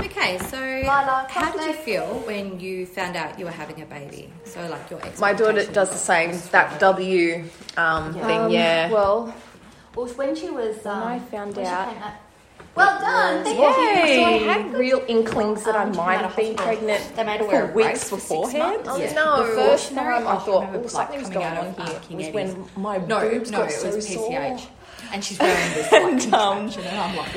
Okay, so Lila, how did you Catholic. feel when you found out you were having a baby? So like your My daughter expectations does the of- same, that W um, Um, thing, yeah. Well, Well, when she was, um, I found when she out- came out- well done. Thank Yay. you. so I had real inklings that I Um, might out of have been hospital. pregnant They made for aware of weeks rape for six beforehand. Oh, months. Yeah. no. The first time I thought, oh, something was going on here was when my No, boobs no, got it so was PCH. sore. um, And she's wearing this like contraption, and I'm like,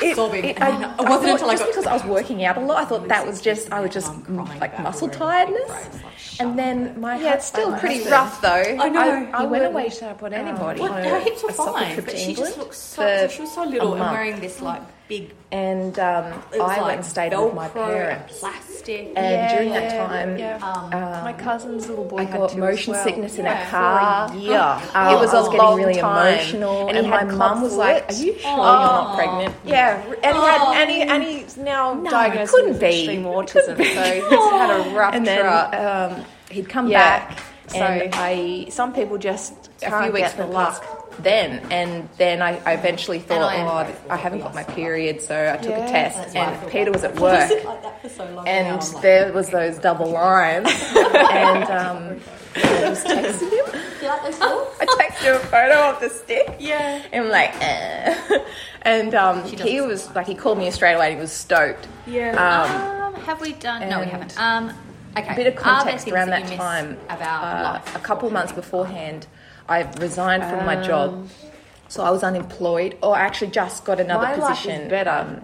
It, sobbing. it, and I, then I it wasn't thought until I just got because I was working out a lot, I thought that was just I was just mm, I'm crying like about muscle it already. tiredness, It's like, shut and then my Yeah, it's still husband- pretty rough though. I know. I, I You went wouldn't- away to not put anybody. What? Her hips were I suffered fine, trip but to she just England looked so. for she was so little and month. wearing this like big. and um, I It was, like, went and stayed Velcro with my parents. Plastic. And Yeah, during yeah, that time, yeah. Um, um, My cousin's little boy I had got two as motion well. sickness in Yeah. a car. Yeah, Um, it was I a was getting long really time. emotional, and, he my had mum was clubfoot. like, "Are you sure you're not pregnant?" Yeah, and he Oh. had and he and he's now No, diagnosed couldn't with be. extreme autism, so he's had a rough And then trot. um, he'd come Yeah. back, So- and I. Some people just a can't few weeks get the were luck. Then and then I, I eventually thought, I am oh, I, grateful that haven't we got my lost that. period, so I took a Yeah. test, why I feel and Peter was at I've work, been like that for so long. now and I'm like, there was those double lines, and um, I just texted him. you like those little? I texted him a photo of the stick. Yeah. And I'm like, eh. and um, doesn't he was like, he called me straight away. and He was stoked. Um, Um, have we done? No, we and haven't. Um, okay. a bit of Are there context things around you that miss time. about uh, life a couple months beforehand, I resigned from my Um. job, so I was unemployed, or I actually just got another My life is position um,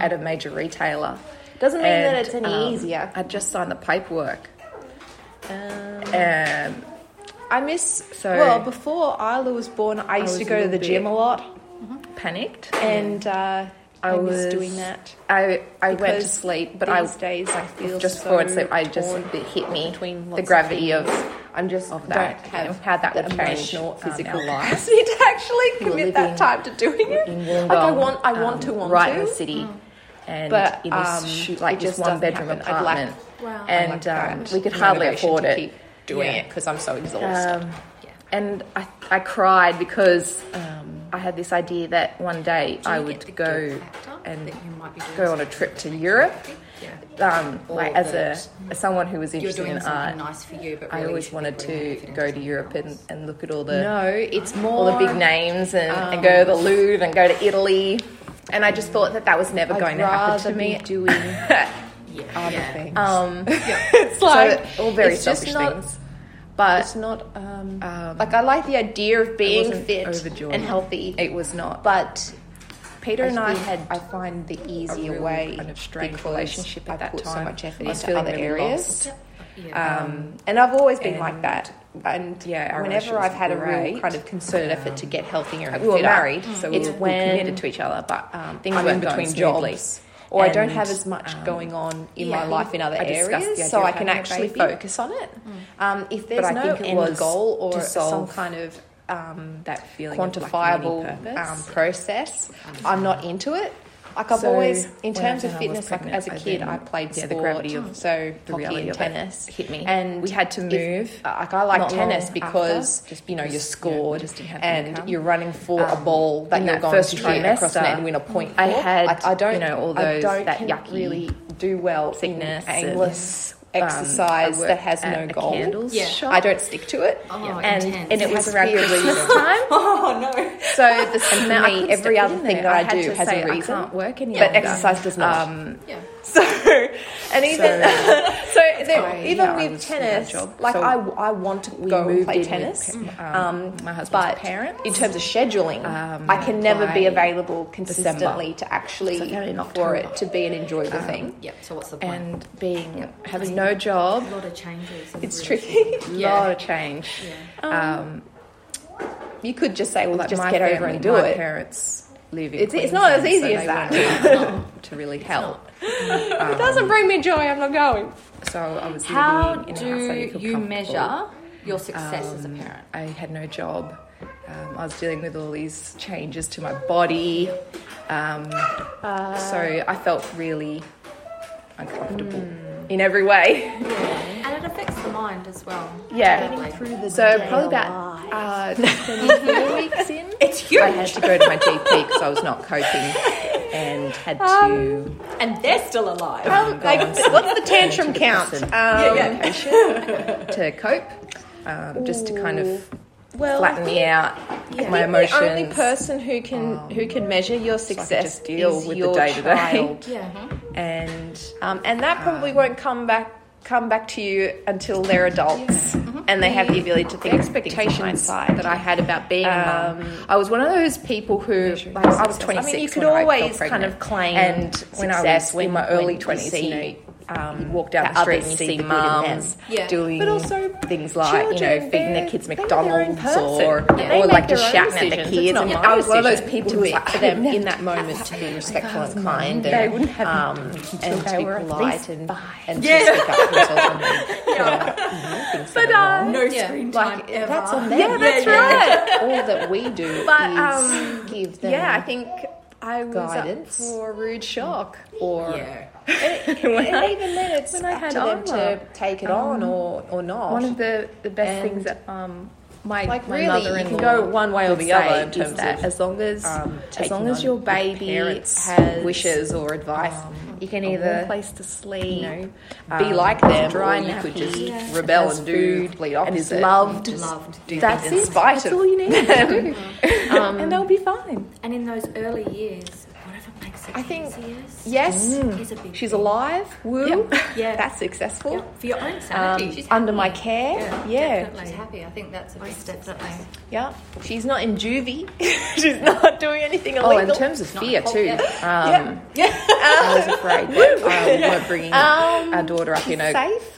at a major retailer. Doesn't mean that And, it's any um, easier. I just signed the paperwork. Um, I miss so Well, before Isla was born, I was used to a go to little the gym bit- a lot, panicked. and uh, I, I was was- doing that. I I went to Because sleep, but I These days, I feel just so before I'd sleep, I just torn it hit me between lots the of gravity of, things. I'm just of don't that have and how that, that would change emotional, um, physical our life. capacity to actually were commit that living time to doing it. in like I Wollongong, want, I want um, to want right to in the city. And But, in this um, shoot, it like this just one doesn't bedroom happen. I'd like- apartment, Wow. and like um, that we could hardly motivation afford to it keep doing it because I'm so exhausted. Um, And I, I cried because um, I had this idea that one day Do you I get the guilt would go factor and that you might be doing go on a trip to Europe. Um, like as a as someone who was You're interested doing in something art, nice for you, but I really always should be wanted putting to effort go into to Europe and, and look at all the no, it's more Um. all the big names and, and go to the Louvre and go to Italy. And I just thought that that was never I'd going to happen rather to me. be doing Yeah. other yeah. things. um, it's like so all very it's just selfish not- things. But It's not um, like I like the idea of being wasn't fit overjoyed. and healthy. It was not. but Peter and I had I find the easier really way kind of strained because relationship at I that put so time. much effort I was into feeling other really areas, lost. Yeah. um, and I've always been like and- that. And Yeah, our whenever relationship I've had a was real great. kind of concerted effort to get healthier and we were fitter, married, so we it's were when committed to each other. But um, things I'm were in between jobs, or I don't have as much going on in yeah, I my think life in other um, I discussed the idea areas, so of I can having a actually baby. Mm. focus on it. Um, if there's I no think it end was goal to or some solve kind of um, That feeling quantifiable of lacking any um, purpose. process. I'm not into it. Like I've So, always, in when I terms of found I was fitness, like pregnant, as a I kid, then- I played yeah, sport, the gravity of so hockey reality and of it tennis hit me. And We had to if- uh, move like I like not long tennis because after, just you know you're because, yeah, we scored just didn't have and income. you're running for a Um, ball that in you're that going first to hit across trimester, net and win a point. I for. had, like, I don't you know, all I those- don't that can yucky really do well sickness in and, aimless um, exercise I worked that has at no a goal. candles Yeah. shop. I don't stick to it. Oh, and intense. and it It was has to around be a Christmas reason. time. oh no. So this for I me, couldn't every step other in thing there. that I I, had do to has say, a I reason. can't work any but longer. exercise does not. Um, Yeah. so and even so, there, I- even yeah, I with was for that tennis, job. like So I, I want to we go and moved in play with tennis. pa- um, my husband's but parents. in terms of scheduling, um, I can never be by available consistently to actually So they're in for October. it to be an enjoyable thing. Yeah. So what's the point? and being having no job, a lot of changes. and It's really- tricky. Yeah. lot of change. Um, You could just say, "Well, like just my get over family- and do my it." Parents live in It's- it's not as Queensland, easy so as they that. weren't able to really help. If it doesn't bring me joy. I'm not going. So I was How living in a house do I didn't feel you comfortable. measure your success as a Um, parent? I had no job. Um, I was dealing with all these changes to my body. Um, Uh, so I felt really uncomfortable Hmm. in every way. And it affects the mind as well. Yeah. Totally. So probably about uh, 24 weeks in, it's huge. I had to go to my GP because I was not coping, and had to. and they're still alive. Um, like, what's the tantrum count? Um, medication to cope, um, just to kind of Well, I flatten think me out, my I think emotions. the only person who can who Oh, can measure your could success just deal is with the your day-to-day. child. yeah. and Um, and that probably won't come back come back to you until they're adults and they have the ability to think Mm-hmm. expectations that I had about being a mum. I was one of those people who like, I was 26. I mean, you could when I fell always kind pregnant. of claim and when I was success in my when- early when you twenties, see you know, um, you walk down that the street others and you see see the good in them. mums Yeah. doing But also things like you know children, feeding their they're- kids they're their own McDonald's person. or And they or make like their just own shouting at the decisions. kids. It's And not I my was one of those decision. people It who was was up to for them them in in that that moment to be respectful and kind They and wouldn't have um, and to they be were at least polite and and to speak up for themselves and things that are wrong. No screen time Like ever. that's on them. Yeah, that's right. All that we do But, is um, give them Yeah, I think I was Guidance. up for a rude shock or yeah. and even then, it's When I up Um, had to them to Isla, take it on or, or not. One of the, the best And, things that um, my, like my really, you mother-in-law can go one way or would the other say in is terms that of, as long as um, as long taking as on your the baby parents' has um, wishes or advice. you can a warm either place to you sleep, know, be um, like them, dry or you could nappy, just yeah. rebel has and do food complete and is opposite. loved. Loved. Do That's things in it. spite That's of- all you need to do, um, and they'll be fine. And in those early years, whatever makes it I think- easiest Yes, Mm. is a big she's thing. alive. Woo, Yeah. that's successful. Yep, For your own sanity. Um, she's happy. under my care, yeah. Definitely. She's happy. I think that's a big step. Definitely. Yeah, she's not in juvie. she's not doing anything illegal. Oh, in terms of fear cold too. Um, yet. I was afraid that I weren't bringing Um, our daughter up, you she's know, safe.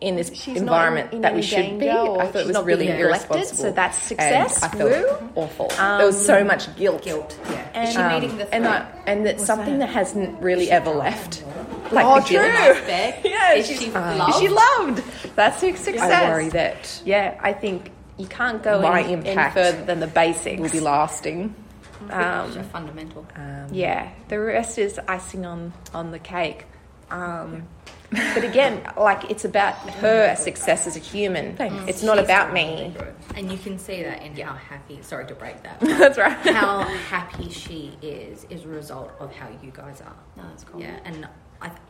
in this She's not environment in- in that we any should be. danger or I thought she's it was not really being neglected, irresponsible. so that's success. And I felt Woo. Um, awful. there was so much guilt. Guilt. Yeah. And, is she Um, meeting the and I, and it's something that? hasn't really ever left. Like Oh, the true. guilt. aspect? Yeah, Is she's- she um, loved? She loved. That's a success. I worry that Yeah, I think you can't go My any, any impact further than the basics. will be lasting. um, fundamental. Yeah, the rest is icing on on the cake. Um, but again, like it's about her success as a human. It's not about me. And you can see that in how happy. Sorry to break that. That's right. how happy she is is a result of how you guys are. No, that's cool. Yeah, and I, th-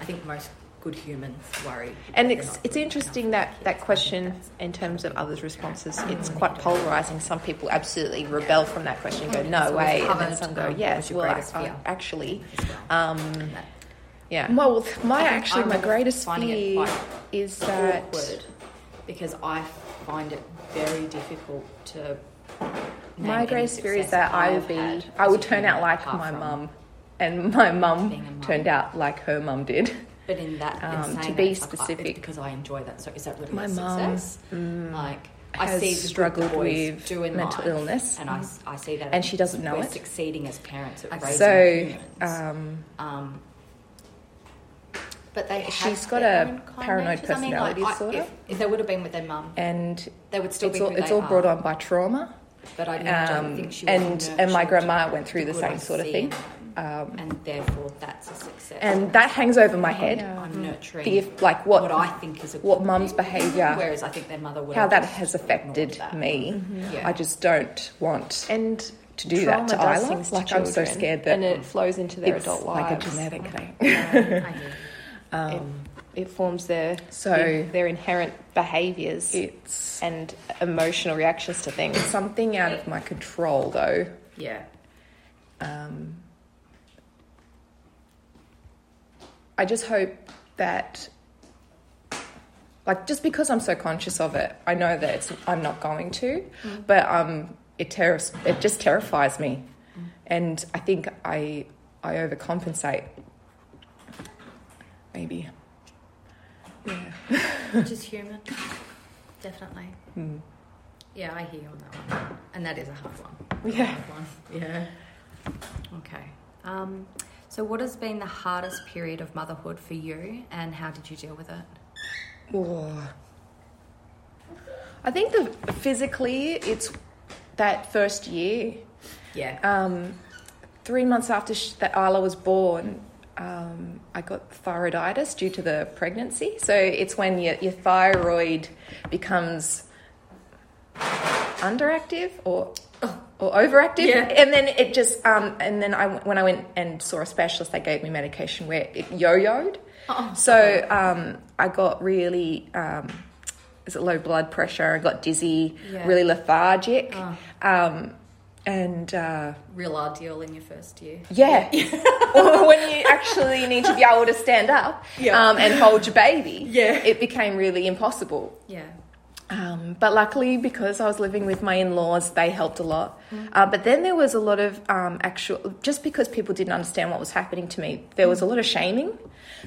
I think most good humans worry. And that they're it's not it's good interesting enough that for that kids. question in terms of others' responses, it's quite polarizing. Some people absolutely rebel from that question, and go no So way, we've and then covered, some go um, yes. what's your Well, I, greatest I fear? actually, Um, And that- yeah. Well, th- my think actually, I'm my greatest finding it fear quite is that awkward because I find it very difficult to. name my any greatest fear is success that I will I've be, had I as will a turn human out like apart my from- mum, and Being my a mum mum. turned out like her mum did. But in that, in Um, saying to that, be it's like, I- it's specific. because I enjoy that. So is that really My a mum, mm, success? like I has see the good that struggled boys with do in mental life, illness. and I, s- I see that, And she doesn't know we're it. Succeeding as parents at raising So, humans. um, Um, but they have She's got their a own kind paranoid natures. I mean, like, personality I- disorder. If, if they would have been with their mum, and they would still it's be all who it's they all brought are. on by trauma. But I don't Um, think she was and and my nurtured grandma went through the good I same sort of see thing, um, in them. and therefore that's a success. and that hangs over my head. I'm nurturing The if- like what- I think is a What good mum's thing. behaviour, Whereas I think their mother would how have that just has ignored affected that. Mm-hmm. me. Yeah. I just don't want and to do that to trauma does Isla. things to Like, I'm so children, scared that and it flows into their it's adult like a lives. genetic thing. Yeah, I do. it, it forms their So- their, their inherent behaviors It's and emotional reactions to things. something out of my control, though. Yeah. Um, I just hope that, like, just because I'm so conscious of it, I know that it's, I'm not going to, Mm. but um, it terrors, it just terrifies me, Mm. and I think I I overcompensate. Maybe. Yeah. Which is human. Definitely. Yeah, I hear you on that one. And that is a hard one. Yeah. Hard one. Yeah. Okay. Um, so, what has been the hardest period of motherhood for you, and how did you deal with it? Oh, I think the physically, it's that first year. Yeah. Um, three months after sh- that Isla was born, um, I got thyroiditis due to the pregnancy. So it's when your, your thyroid becomes underactive or or overactive. Yeah. And then it just, um, and then I, when I went and saw a specialist, they gave me medication where it yo-yoed. so um, I got really, um, is it low blood pressure? I got dizzy, Yeah. really lethargic. Um, and uh, Real ordeal in your first year. yeah, or when you actually need to be able to stand up Yeah. um, and hold your baby, Yeah. it became really impossible. Yeah. Um, but luckily, because I was living with my in laws, they helped a lot. Mm. Uh, but then there was a lot of um, actual, just because people didn't understand what was happening to me, there was a lot of shaming.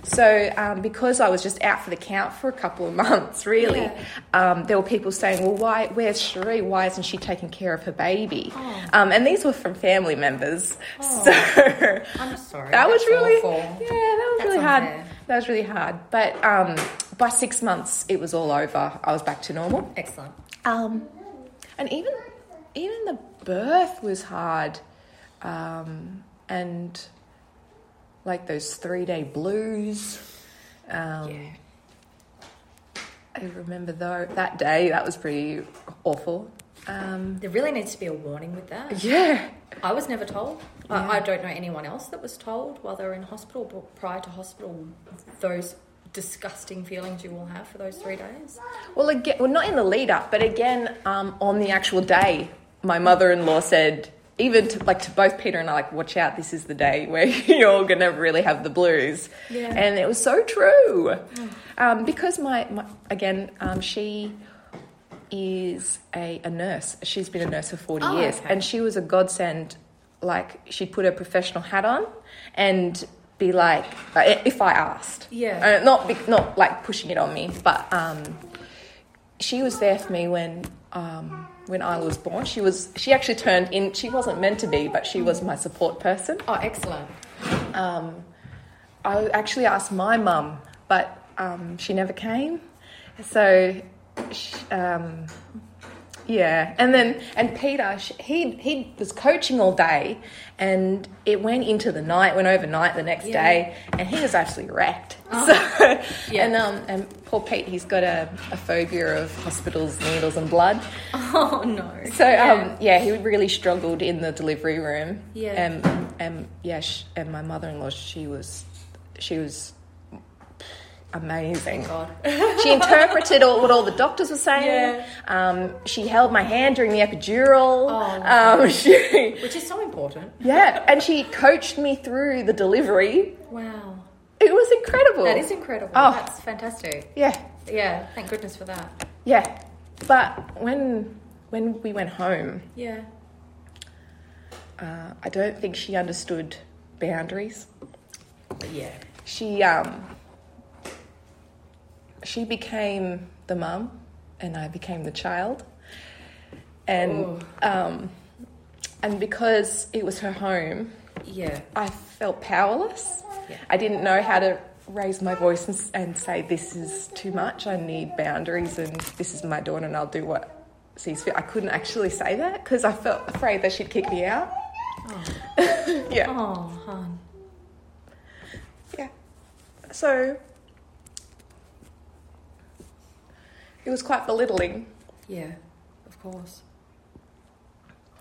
So, um, because I was just out for the count for a couple of months, really, um, there were people saying, Well, why, where's Cherie? Why isn't she taking care of her baby? Oh. Um, and these were from family members. So, I'm sorry. that was that's really awful. yeah that was That's really hard unfair. that was really hard but um by six months it was all over i was back to normal excellent. um and even even the birth was hard um and like those three day blues um i remember though that day that was pretty awful um There really needs to be a warning with that. yeah I was never told. I, I don't know anyone else that was told while they were in hospital, but prior to hospital, those disgusting feelings you will have for those three days. Well, again, well, not in the lead up, but again, um, on the actual day, my mother in law said, even to, like to both Peter and I, like, watch out, this is the day where you're gonna really have the blues. Yeah. Mm. And it was so true. Um, because my, my again, um, she is a, a nurse. She's been a nurse for 40 Oh, years, okay. and she was a godsend. Like, she'd put her professional hat on and be like, uh, if I asked. Yeah. Uh, not, bec- not like pushing it on me, but. Um, she was there for me when um, when I was born. She was she actually turned in. She wasn't meant to be, but she was my support person. Oh, excellent. Um, I actually asked my mum, but um, she never came. So, sh um, yeah. And then and Peter, sh he he was coaching all day, and it went into the night, went overnight the next Yeah. day, and he was absolutely wrecked. So, Yeah. and um, and poor Pete, he's got a, a phobia of hospitals, needles, and blood. Oh no. So um, yeah, he really struggled in the delivery room. Yeah. Um, um, yeah, sh and my mother-in-law, she was, she was amazing. God. she interpreted all, what all the doctors were saying. Yeah. Um, she held my hand during the epidural. Oh. um, she, Which is so important. yeah, and she coached me through the delivery. Wow. It was incredible. That is incredible. Oh. That's fantastic. yeah. Yeah. Thank goodness for that. Yeah. But when when we went home, Yeah. uh, I don't think she understood boundaries. Yeah. she um she became the mum and I became the child. And Ooh. um and because it was her home, Yeah. I felt powerless. Yeah. I didn't know how to raise my voice and, s- and say this is too much. I need boundaries and this is my daughter and I'll do what sees fit. I couldn't actually say that because I felt afraid that she'd kick me out. yeah. Oh, hon. Yeah. So it was quite belittling. Yeah. Of course.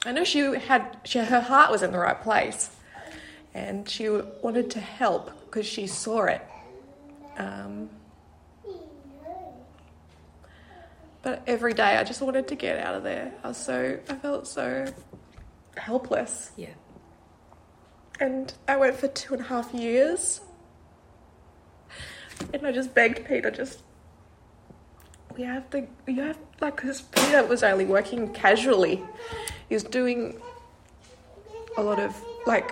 I know she had she, her heart was in the right place, and she wanted to help because she saw it. Um, but every day, I just wanted to get out of there. I was so I felt so helpless, Yeah. and I went for two and a half years, and I just begged Peter just. We have to, you have, like, because Peter was only working casually. He was doing a lot of like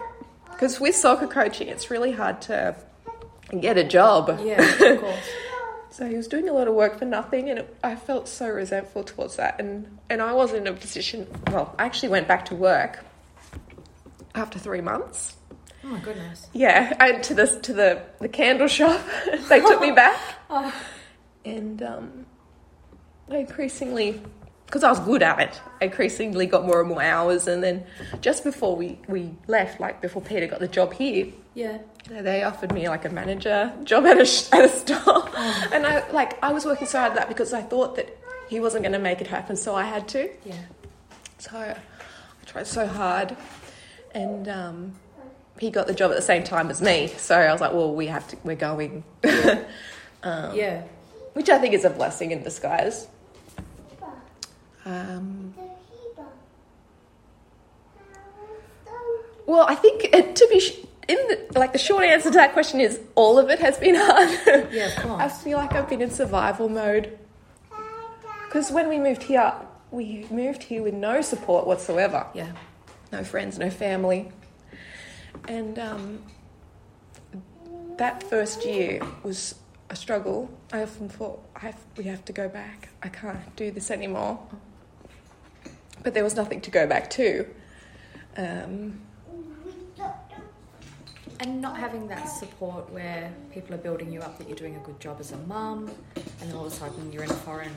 because with soccer coaching it's really hard to get a job Yeah. Of course. so he was doing a lot of work for nothing and it, i felt so resentful towards that and and i wasn't in a position well i actually went back to work after three months Oh my goodness. yeah I, to the to the the candle shop they took me back and um i increasingly because i was good at it i increasingly got more and more hours and then just before we we left like before peter got the job here Yeah. so they offered me like a manager job at a, sh- at a store and i like i was working so hard at that because i thought that he wasn't going to make it happen so i had to Yeah. so I tried so hard, and um, he got the job at the same time as me. So I was like, well, we have to, we're going, Oh. yeah. which I think is a blessing in disguise. Um, well, I think it, to be sh- in the, like the short answer to that question is all of it has been hard. Yeah, of course. I feel like I've been in survival mode. Because when we moved here, we moved here with no support whatsoever. Yeah. No friends, no family. And um, that first year was a struggle. I often thought, I have, we have to go back. I can't do this anymore. But there was nothing to go back to. Um, And not having that support where people are building you up that you're doing a good job as a mum, and then all of a sudden you're in a foreign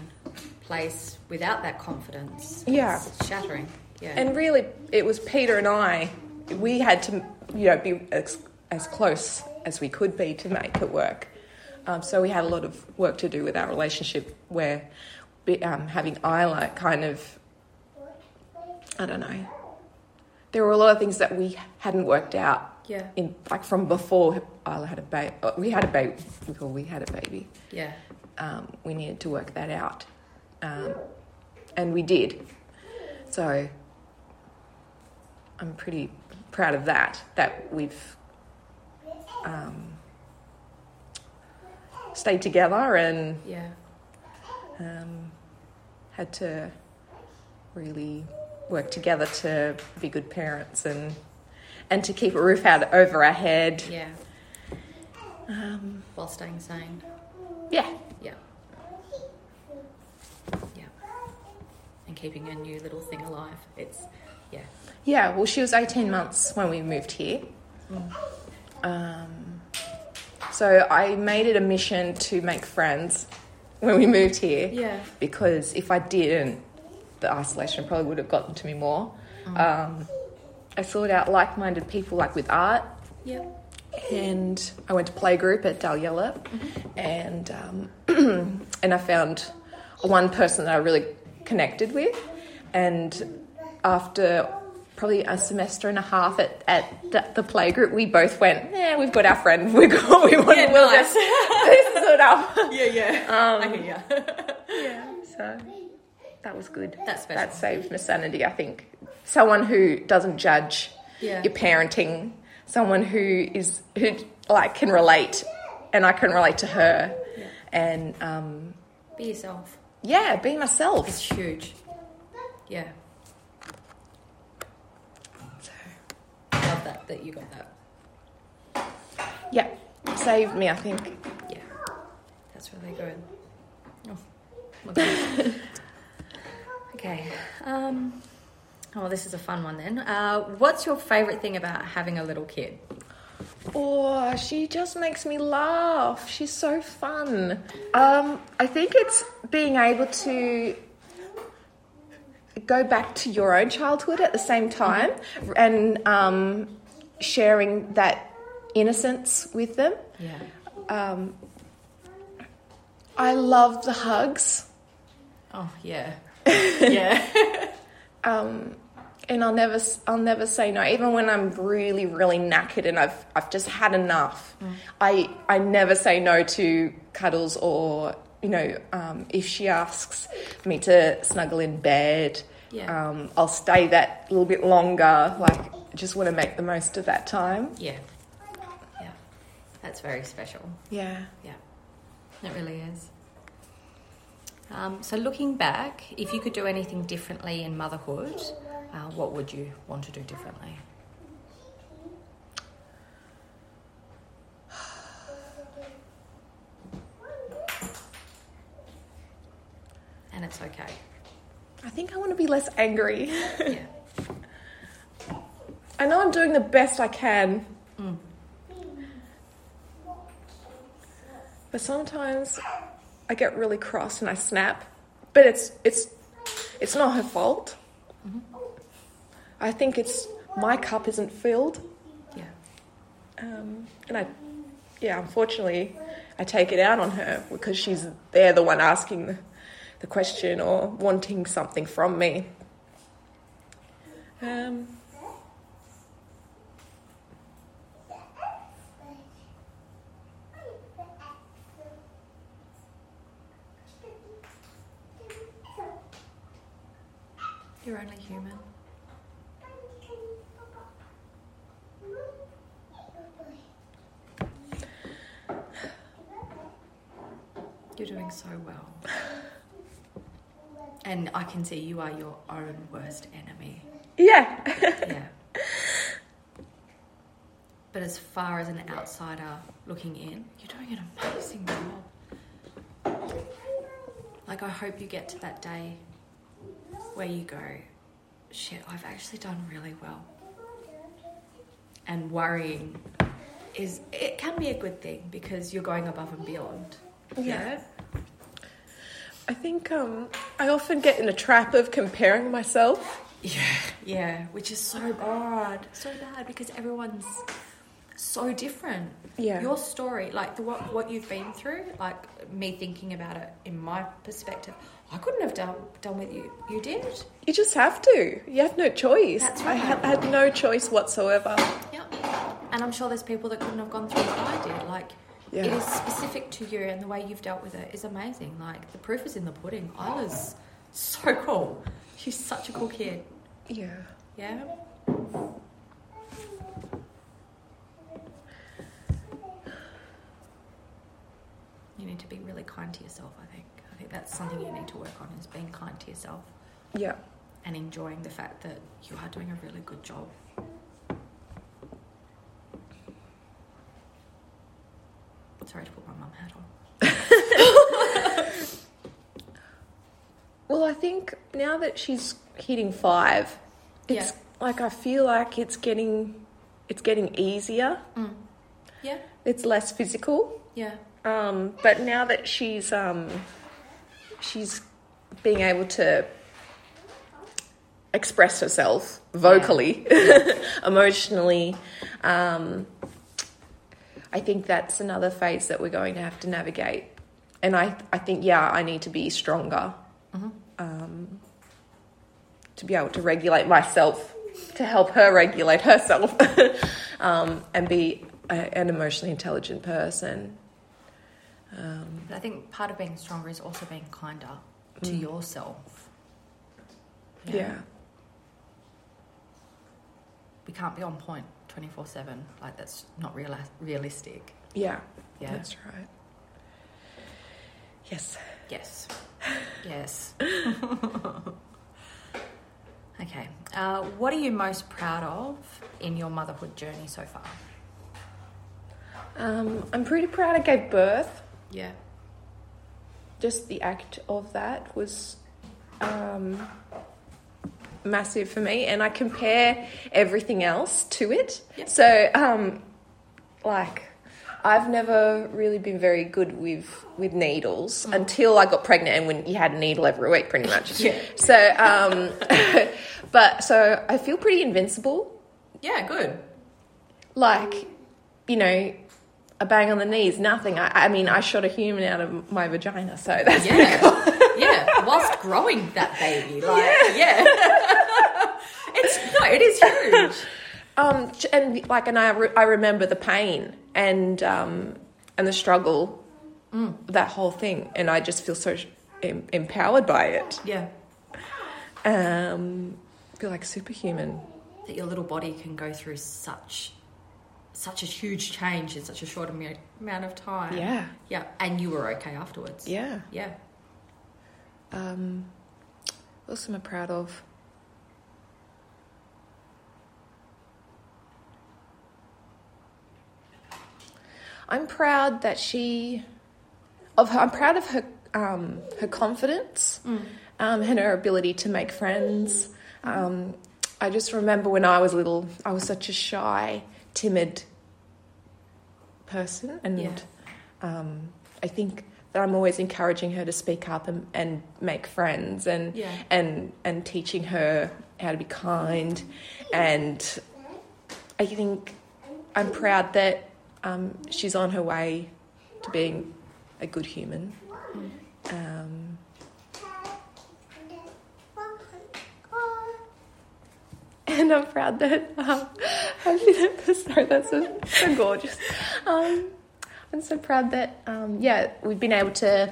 place without that confidence. Yeah. It's shattering. Yeah. And really, it was Peter and I. We had to, you know, be as, as close as we could be to make it work. Um, so we had a lot of work to do with our relationship, where be- um, having Isla kind of, I don't know. There were a lot of things that we hadn't worked out yeah. in, like from before Isla had a baby. We had a baby before we had a baby Yeah. um, we needed to work that out. Um, and we did. So I'm pretty proud of that, that we've um, stayed together and Yeah. um, had to really work together to be good parents and and to keep a roof out over our head. Yeah. Um, While staying sane. yeah. Yeah. Yeah. And keeping a new little thing alive. It's, yeah. Yeah, well, she was 18 months when we moved here. Um, so I made it a mission to make friends when we moved here. Yeah. Because if I didn't, the isolation probably would have gotten to me more. Mm. Um, I sought out like minded people, like with art, Yeah. and I went to playgroup at Dalyella, Mm-hmm. and um, and I found one person that I really connected with, and after probably a semester and a half at, at the, the playgroup, we both went, yeah, we've got our friend, we got, we want to build nice. this, this sort up. Yeah, yeah. Um, I hear ya. Yeah, so that was good. That's special. That saved my sanity, I think. Someone who doesn't judge Yeah. your parenting, someone who is who like can relate, and I can relate to her, and um, Be yourself. yeah, be myself. It's huge. Yeah. Love that, that you got that. Yeah, saved me, I think. Yeah. That's really good. Oh, my God. okay. Um, oh, this is a fun one then. Uh, what's your favourite thing about having a little kid? Oh, she just makes me laugh. She's so fun. Um, I think it's being able to go back to your own childhood at the same time and um, sharing that innocence with them. Yeah. Um, I love the hugs. Oh, yeah. yeah. um, and I'll never I'll never say no. Even when I'm really really knackered and I've I've just had enough, I I never say no to cuddles or you know um, if she asks me to snuggle in bed, Yeah. um, I'll stay that little bit longer. Like I just want to make the most of that time. Yeah. Yeah. That's very special. Yeah. Yeah. It really is. Um, so, looking back, if you could do anything differently in motherhood, uh, what would you want to do differently? And it's okay. I think I want to be less angry. Yeah. I know I'm doing the best I can. But sometimes I get really cross and I snap. But it's it's it's not her fault. I think it's my cup isn't filled. Yeah. Um, and I yeah, unfortunately I take it out on her because she's they're the one asking the, the question or wanting something from me. Um, You're only human. You're doing so well. And I can see you are your own worst enemy. yeah. Yeah. But as far as an outsider looking in, you're doing an amazing job. Like, I hope you get to that day where you go, shit, I've actually done really well. And worrying is, it can be a good thing because you're going above and beyond. Yeah. I think um, I often get in a trap of comparing myself. Yeah, yeah, which is so bad, so bad because everyone's so different. Yeah. your story, like the, what what you've been through, like me thinking about it in my perspective, I couldn't have done done with you. You did. You just have to. You have no choice. That's I right. ha- had no choice whatsoever. Yeah, and I'm sure there's people that couldn't have gone through what I did. Like, it Yeah. is specific to you, and the way you've dealt with it is amazing. Like, the proof is in the pudding. Isla's so cool. She's such a cool kid. Yeah. Yeah. You need to be really kind to yourself, I think. I think that's something you need to work on is being kind to yourself Yeah. and enjoying the fact that you are doing a really good job. Sorry to put my mum hat on. Well, I think now that she's hitting five, it's Yeah. like I feel like it's getting it's getting easier. Yeah, It's less physical. yeah. Um, but now that she's um, she's being able to express herself vocally, emotionally, um, I think that's another phase that we're going to have to navigate. And I, I think, yeah, I need to be stronger um, to be able to regulate myself, to help her regulate herself, um, and be a, an emotionally intelligent person. Um, But I think part of being stronger is also being kinder to yourself. yeah. We can't be on point 24 7. Like, that's not real- realistic. yeah, Yeah. that's right. Yes. Yes. Yes. okay. Uh, what are you most proud of in your motherhood journey so far? Um, I'm pretty proud I gave birth. Yeah. Just the act of that was um, massive for me, and I compare everything else to it. Yeah. So, um, like, I've never really been very good with with needles until I got pregnant, and when you had a needle every week, pretty much. Mm. Yeah. So, um, but so I feel pretty invincible. Yeah, good. like you know a bang on the knees nothing i, I mean i shot a human out of my vagina so that's Yeah. yeah. Whilst growing that baby. Like, yeah. it's, no, it is huge. um j- and like and i, re- I remember the pain and um and the struggle that whole thing and i just feel so em- empowered by it Yeah. um feel like superhuman That your little body can go through such. Such a huge change in such a short amu- amount of time. Yeah. Yeah. And you were okay afterwards. yeah Yeah. um what else am i proud of I'm proud that she, of her, I'm proud of her, um, her confidence um, and her ability to make friends. Um, I just remember when I was little, I was such a shy, timid person, and Yeah. um, I think that I'm always encouraging her to speak up and, and make friends, and Yeah. and and teaching her how to be kind, and I think I'm proud that um, she's on her way to being a good human. Um, and I'm proud that um, I've been at this. Sorry, that's so, so gorgeous. Um, I'm so proud that um, yeah, we've been able to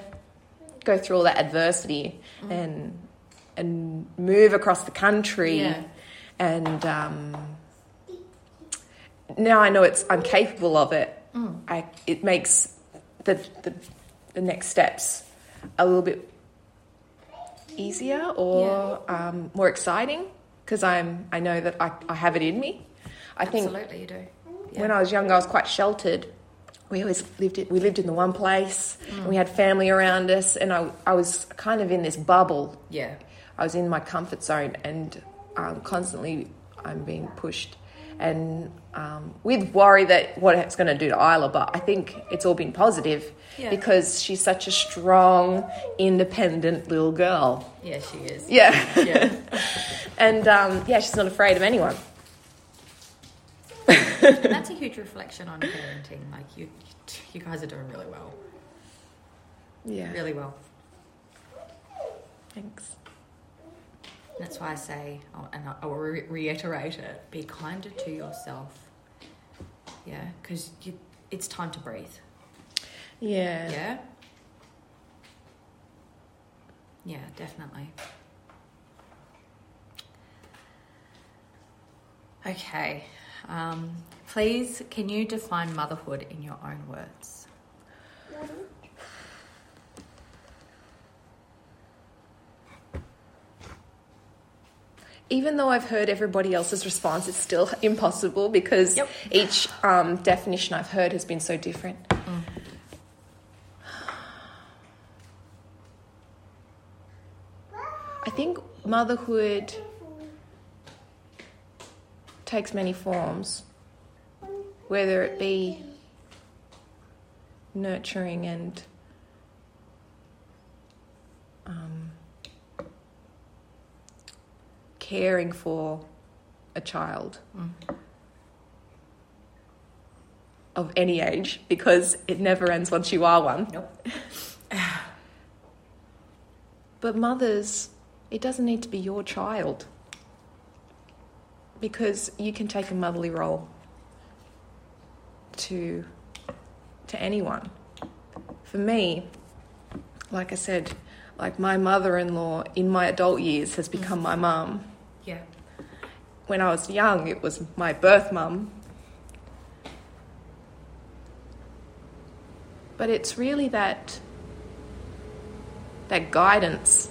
go through all that adversity Mm. and and move across the country Yeah. and um, now I know it's I'm capable of it. Mm. I it makes the, the the next steps a little bit easier or um, more exciting because I'm I know that I, I have it in me. I think Absolutely, you do. when I was younger, I was quite sheltered. We always lived in, we lived in the one place. And we had family around us, and I I was kind of in this bubble. Yeah. I was in my comfort zone, and um, constantly I'm being pushed, and um, with worry that what it's going to do to Isla. But I think it's all been positive Yeah. because she's such a strong, independent little girl. Yeah, she is. Yeah, Yeah. and um, yeah, she's not afraid of anyone. And that's a huge reflection on parenting. Like you, you guys are doing really well, Yeah, really well. thanks. And that's why I say, I'll- and I- I will re- reiterate it: be kinder to yourself. Yeah, because you, it's time to breathe. Yeah. Yeah. Yeah, definitely. Okay. Um, please, can you define motherhood in your own words? even though I've heard everybody else's response, it's still impossible because Yep. each um, definition I've heard has been so different. I think motherhood takes many forms, whether it be nurturing and um, caring for a child of any age because it never ends once you are one. Nope. But mothers, it doesn't need to be your child because you can take a motherly role to to anyone. For me, like I said, like my mother-in-law in my adult years has become my mum Yeah. when I was young, it was my birth mum. But it's really that that guidance.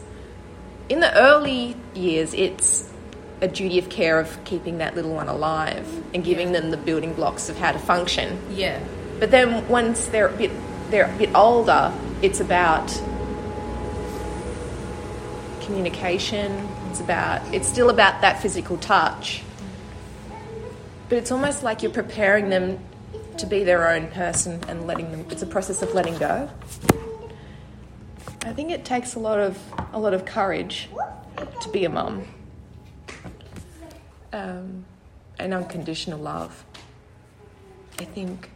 In the early years, it's a duty of care of keeping that little one alive and giving them the building blocks of how to function. Yeah. But then once they're a bit they're a bit older, it's about communication. It's about it's still about that physical touch. But it's almost like you're preparing them to be their own person and letting them it's a process of letting go. I think it takes a lot of a lot of courage to be a mum. Um, and unconditional love. I think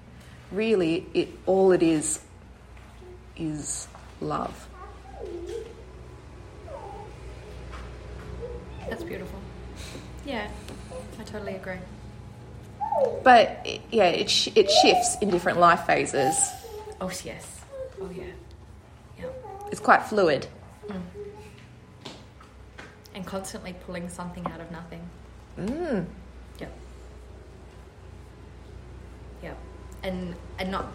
really it all it is is love. That's beautiful. Yeah, I totally agree. But it, yeah, it sh- it shifts in different life phases. Oh, yes. Oh, yeah. Yeah. It's quite fluid. And constantly pulling something out of nothing. Mm. Yep. Yep. And and not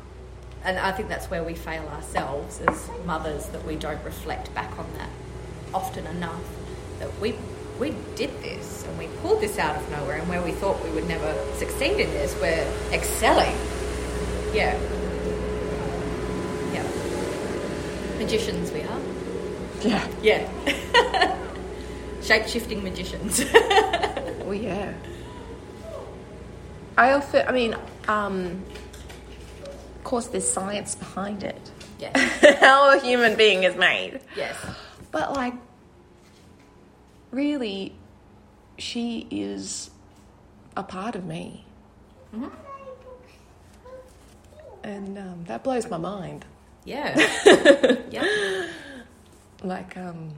and I think that's where we fail ourselves as mothers that we don't reflect back on that often enough that we we did this and we pulled this out of nowhere and where we thought we would never succeed in this we're excelling. Yeah. Yeah. Magicians we are. Yeah. Yeah. Shape shifting magicians. Well, yeah. I often, I mean, um, of course, there's science behind it. yes. How a human being is made. Yes. But like, really, she is a part of me, and um, that blows my mind. Yeah. yeah. Like, um,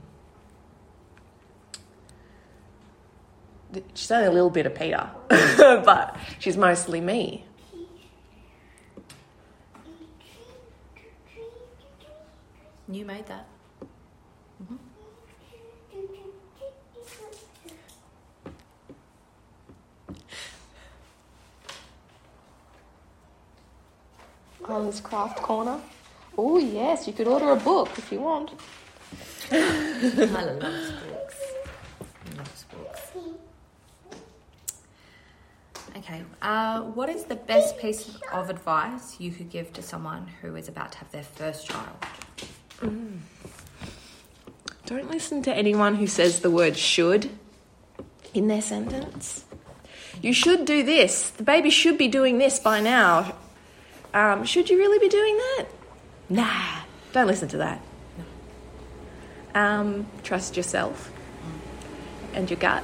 she's only a little bit of Peter, but she's mostly me. You made that. on this craft corner. Oh yes, you could order a book if you want. Milo loves books. Loves books. Okay. Uh, what is the best piece of advice you could give to someone who is about to have their first child? Don't listen to anyone who says the word should in their sentence. You should do this. The baby should be doing this by now. Um, should you really be doing that? Nah, don't listen to that. Um, trust yourself and your gut.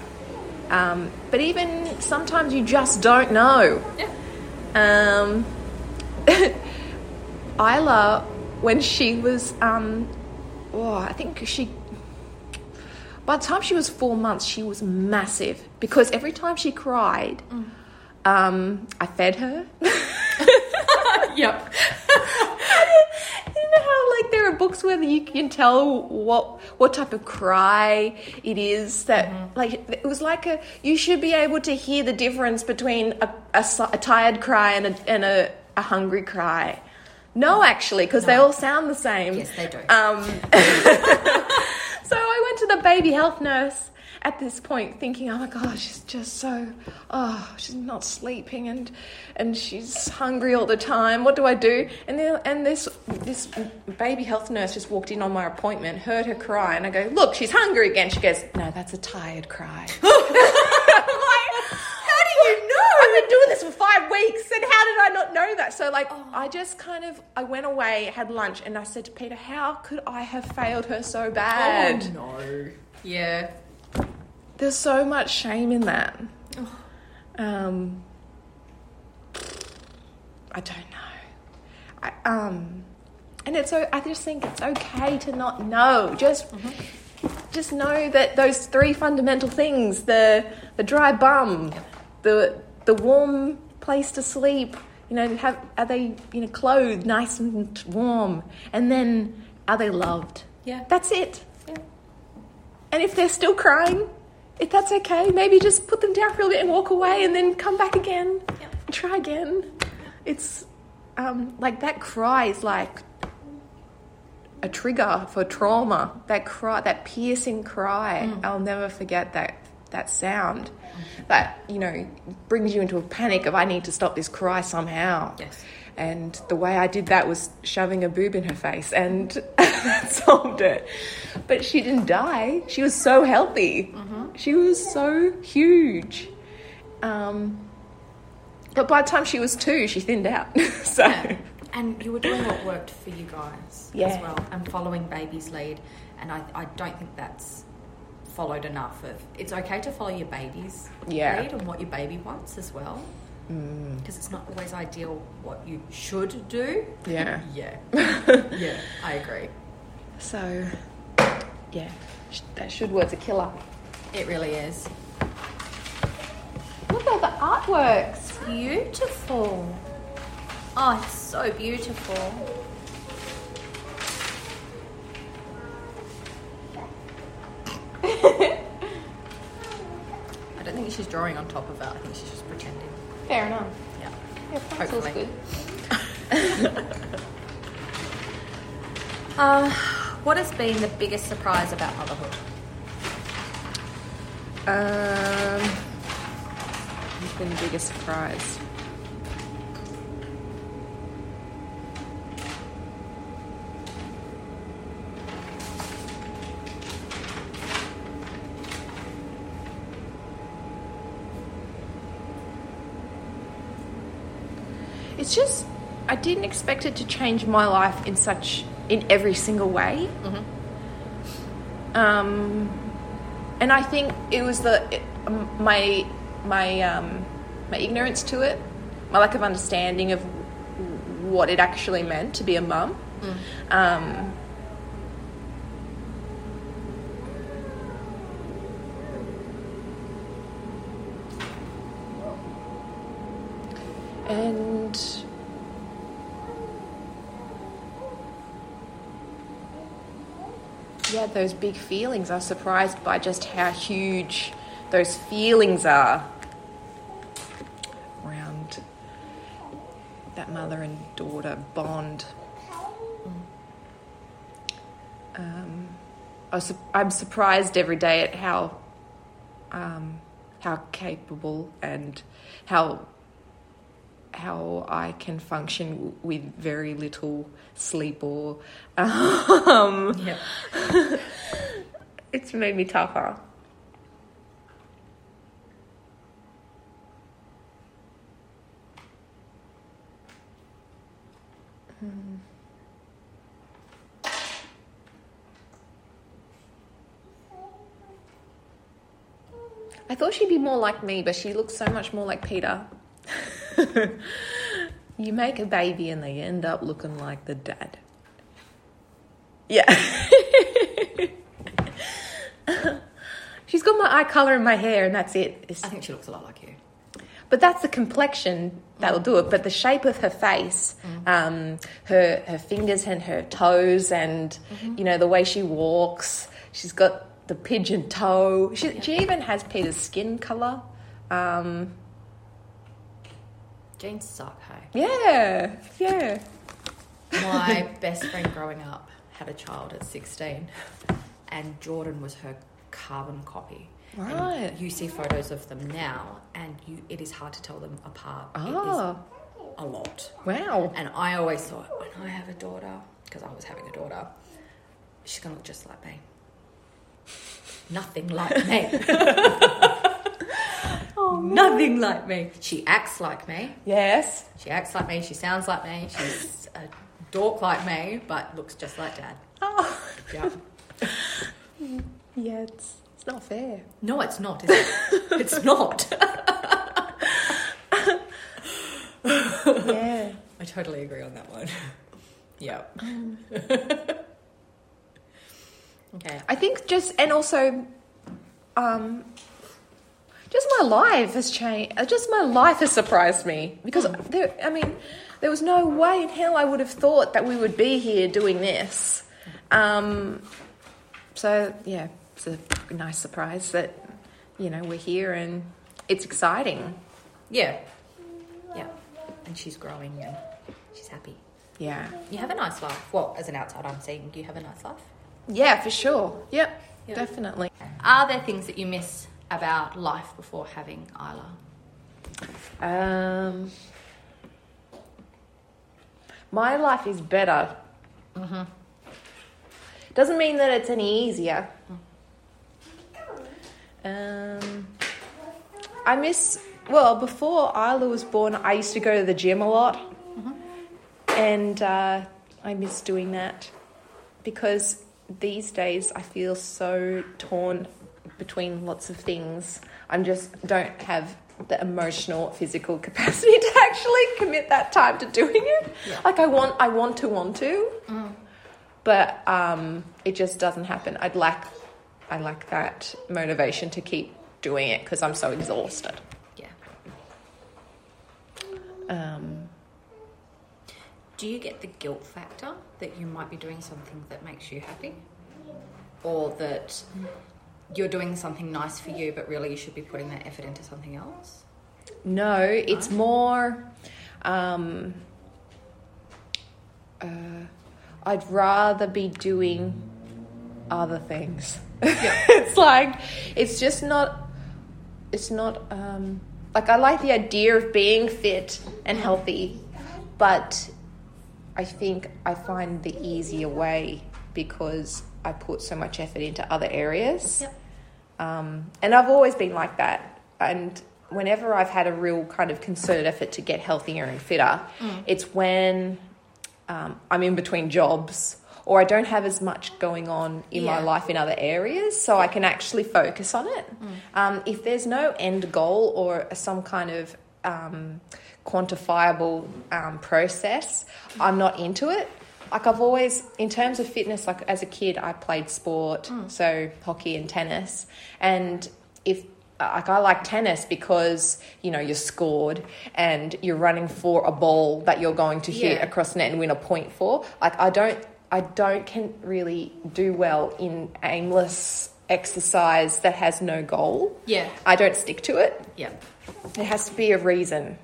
Um, but even sometimes you just don't know. Um, Isla, when she was, um, oh, I think she, by the time she was four months, she was massive because every time she cried, Mm. um, I fed her. Yep. you know how like there are books where you can tell what what type of cry it is that Mm-hmm. like it was like a you should be able to hear the difference between a, a, si- a tired cry and a and a, a hungry cry. No, actually, because they all sound the same. Yes, they do. Um, so I went to the baby health nurse at this point, thinking, "Oh my god, she's just so oh, she's not sleeping and and she's hungry all the time. What do I do?" And then and this this baby health nurse just walked in on my appointment, heard her cry, and I go, "Look, she's hungry again." She goes, "No, that's a tired cry." I'm like, "How do you know?" I've been doing this for five weeks, and how did I not know that? So like, I just kind of I went away, had lunch, and I said to Peter, "How could I have failed her so bad?" no. Yeah. There's so much shame in that. Um, I don't know. I, um, and it's o- I just think it's okay to not know. Just just know that those three fundamental things the the dry bum, the the warm place to sleep. You know, have are they you know clothed, nice and warm, and then are they loved? Yeah. That's it. And if they're still crying, if that's okay, maybe just put them down for a little bit and walk away and then come back again. and Try again. It's um, like that cry is like a trigger for trauma. That cry, that piercing cry, I'll never forget that that sound. That you know brings you into a panic of I need to stop this cry somehow. Yes. And the way I did that was shoving a boob in her face, and that solved it. But she didn't die. She was so healthy. She was so huge. Um, but by the time she was two, she thinned out. so. And you were doing what worked for you guys as Yeah. well, and following baby's lead. And I, I don't think that's followed enough. Of it's okay to follow your baby's Yeah. Mm. lead and what your baby wants as well, because it's not always ideal what you should do. Yeah. Yeah, yeah, I agree. So, yeah, sh- that should word's a killer. It really is Look at all the artworks. beautiful. Oh, it's so beautiful. I don't think she's drawing on top of it. I think she's just pretending. Fair enough. Yeah. Yeah, pencil's Hopefully. good. Uh, what has been the biggest surprise about motherhood? Um, what's been the biggest surprise? It's just I didn't expect it to change my life in such in every single way. Um, and I think it was the it, um, my my um, my ignorance to it, my lack of understanding of what it actually meant to be a mum. Um, and yeah, those big feelings. I was surprised by just how huge those feelings are around that mother and daughter bond. Um, I was, su- I'm surprised every day at how um, how capable and how how I can function w- with very little sleep or um, Yeah. it's made me tougher. I thought she'd be more like me, but she looks so much more like Peter. you make a baby and they end up looking like the dad. Yeah. She's got my eye color in my hair, and that's it. It's- I think she looks a lot like you. but that's the complexion that'll do it. But the shape of her face, um, her her fingers and her toes, and you know the way she walks. She's got the pigeon toe. She she even has Peter's skin color. Um, Jeans suck, hey. yeah, yeah. My best friend growing up had a child at 16, and Jordan was her carbon copy. And Right. you see photos of them now, and you, it is hard to tell them apart. It is Oh. a lot. Wow. And I always thought, when I have a daughter, because I was having a daughter, she's going to look just like me. Nothing like me. Nothing like me. She acts like me. Yes. She acts like me. She sounds like me. She's a dork like me, but looks just like dad. Oh. Yeah. Yeah. It's it's not fair. No, it's not. Is it? It's not. yeah. I totally agree on that one. Yeah. okay. I think just and also, um, just my life has changed. uh, Just my life has surprised me because there. I mean, there was no way in hell I would have thought that we would be here doing this. Um, so yeah, it's a nice surprise that you know we're here and it's exciting. Yeah. Yeah. And she's growing and she's happy. Yeah, You have a nice life. Well, as an outsider, I'm saying you have a nice life. yeah, for sure. Yep, Yeah. definitely. Are there things that you miss about life before having Isla? Um, my life is better. Doesn't mean that it's any easier. Um, I miss. Well, before Isla was born, I used to go to the gym a lot, and uh, I miss doing that because these days I feel so torn between lots of things. I'm just don't have the emotional physical capacity to actually commit that time to doing it. Like I want I want to want to. But um it just doesn't happen. I'd lack I lack that motivation to keep doing it because I'm so exhausted. Yeah. Um Do you get the guilt factor that you might be doing something that makes you happy? Or that you're doing something nice for you, but really you should be putting that effort into something else? No, it's more. Um, uh, I'd rather be doing other things. it's like it's just not. It's not um, like I like the idea of being fit and healthy, but I think I find the easier way because I put so much effort into other areas. Yep. Um, and I've always been like that. And whenever I've had a real kind of concerted effort to get healthier and fitter, Mm. it's when um, I'm in between jobs or I don't have as much going on in my Yeah. life in other areas, so I can actually focus on it. Um, if there's no end goal or some kind of um, quantifiable um, process, I'm not into it. Like I've always, in terms of fitness, like as a kid, I played sport, so hockey and tennis, and if like I like tennis because you know you're scored and you're running for a ball that you're going to hit Yeah. across net and win a point for. Like I don't I don't can really do well in aimless exercise that has no goal. Yeah. I don't stick to it. Yeah. There has to be a reason.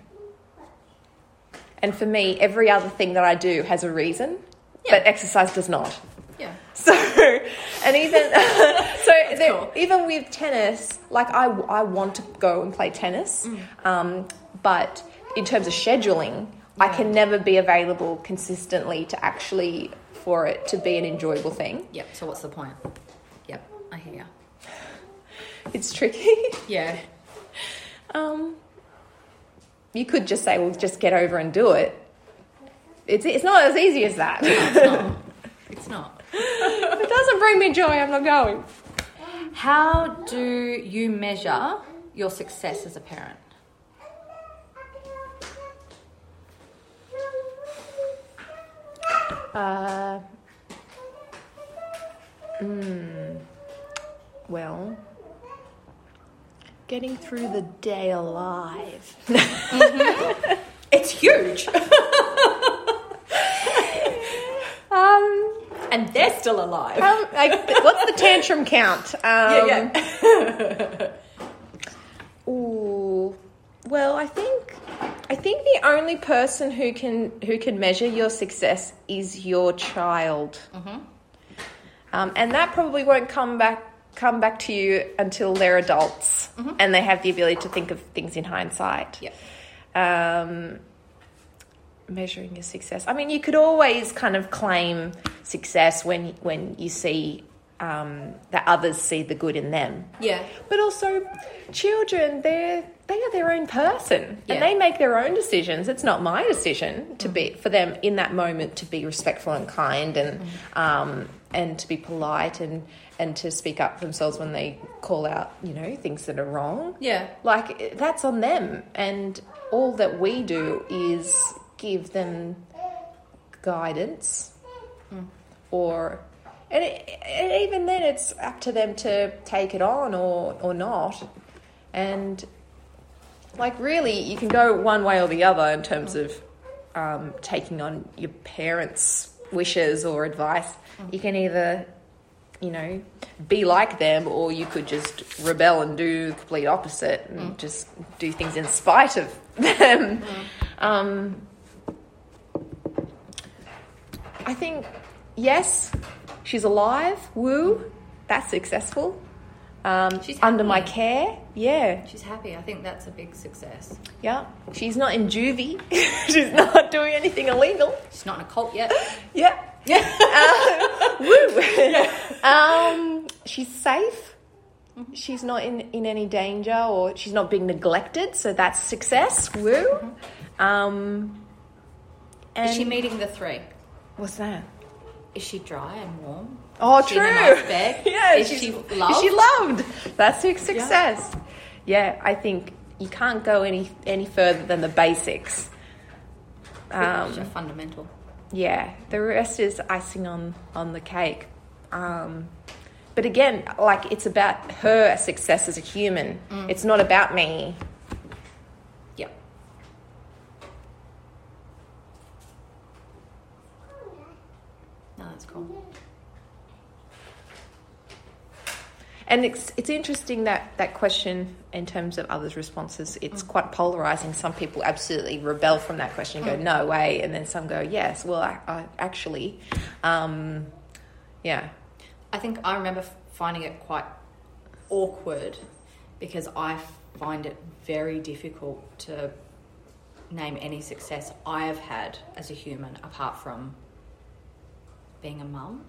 And for me, every other thing that I do has a reason, Yeah. but exercise does not. Yeah. So, and even so, there, cool. even with tennis, like I, I want to go and play tennis, Mm. um, but in terms of scheduling, I can never be available consistently to actually for it to be an enjoyable thing. Yep. So what's the point? Yep. I hear you. It's tricky. Yeah. um, you could just say, "Well, just get over and do it." It's it's not as easy as that. if It's not. it doesn't bring me joy, I'm not going. How do you measure your success as a parent? Uh, mm, well, getting through the day alive. Mm-hmm. It's huge. Um, and they're still alive. um, like, th- what's the tantrum count? Um, Ooh, well, I think I think the only person who can who can measure your success is your child, um, and that probably won't come back come back to you until they're adults and they have the ability to think of things in hindsight. Yep. Um, measuring your success. I mean, you could always kind of claim success when when you see um, that others see the good in them Yeah. but also children they're they are their own person Yeah. and they make their own decisions it's not my decision to be for them in that moment to be respectful and kind and um, and to be polite and and to speak up for themselves when they call out you know things that are wrong Yeah. like that's on them and all that we do is give them guidance or and, it, and even then it's up to them to take it on or or not and like really you can go one way or the other in terms of um, taking on your parents wishes or advice you can either you know be like them or you could just rebel and do the complete opposite and just do things in spite of them um, I think, yes, she's alive. Woo, that's successful. Um, She's under happy. my care. Yeah, She's happy. I think that's a big success. yeah. She's not in juvie. she's not doing anything illegal. She's not in a cult yet. Yeah. Uh, Yeah. Um, she's safe. She's not in, in any danger or she's not being neglected. So that's success. Woo. Um, and Is she meeting the three? what's that? Is she dry and warm? Oh, Is she true. in a nice bed? Yeah, Is she's- she is loved? She loved. That's a success. Yeah. I think you can't go any any further than the basics. She's a fundamental. Yeah, the rest is icing on on the cake. Um, but again, like it's about her success as a human. It's not about me. Yep. No, that's cool. And it's it's interesting that that question in terms of others' responses, it's quite polarizing. Some people absolutely rebel from that question and go, "No way," and then some go, "Yes, well, I, I actually, um, yeah, I think I remember f- finding it quite awkward because I find it very difficult to name any success I have had as a human apart from being a mum.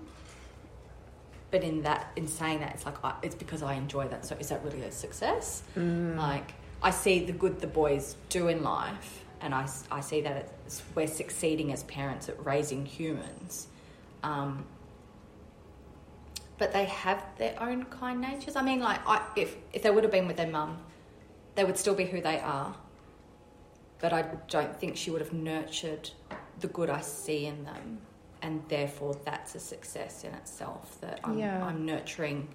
But in that, in saying that, it's like I, it's because I enjoy that. So is that really a success? Like I see the good the boys do in life, and I, s- I see that it's, we're succeeding as parents at raising humans. Um, but they have their own kind natures. I mean, like I, if if they would have been with their mum, they would still be who they are. But I don't think she would have nurtured the good I see in them, and therefore that's a success in itself. That I'm, Yeah. I'm nurturing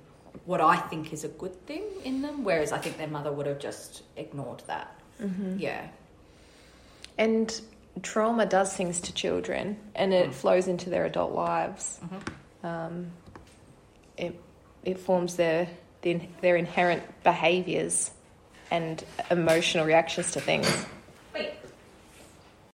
what I think is a good thing in them, whereas I think their mother would have just ignored that. Yeah. And trauma does things to children and it flows into their adult lives. Um, it, it forms their, their, their inherent behaviors and emotional reactions to things.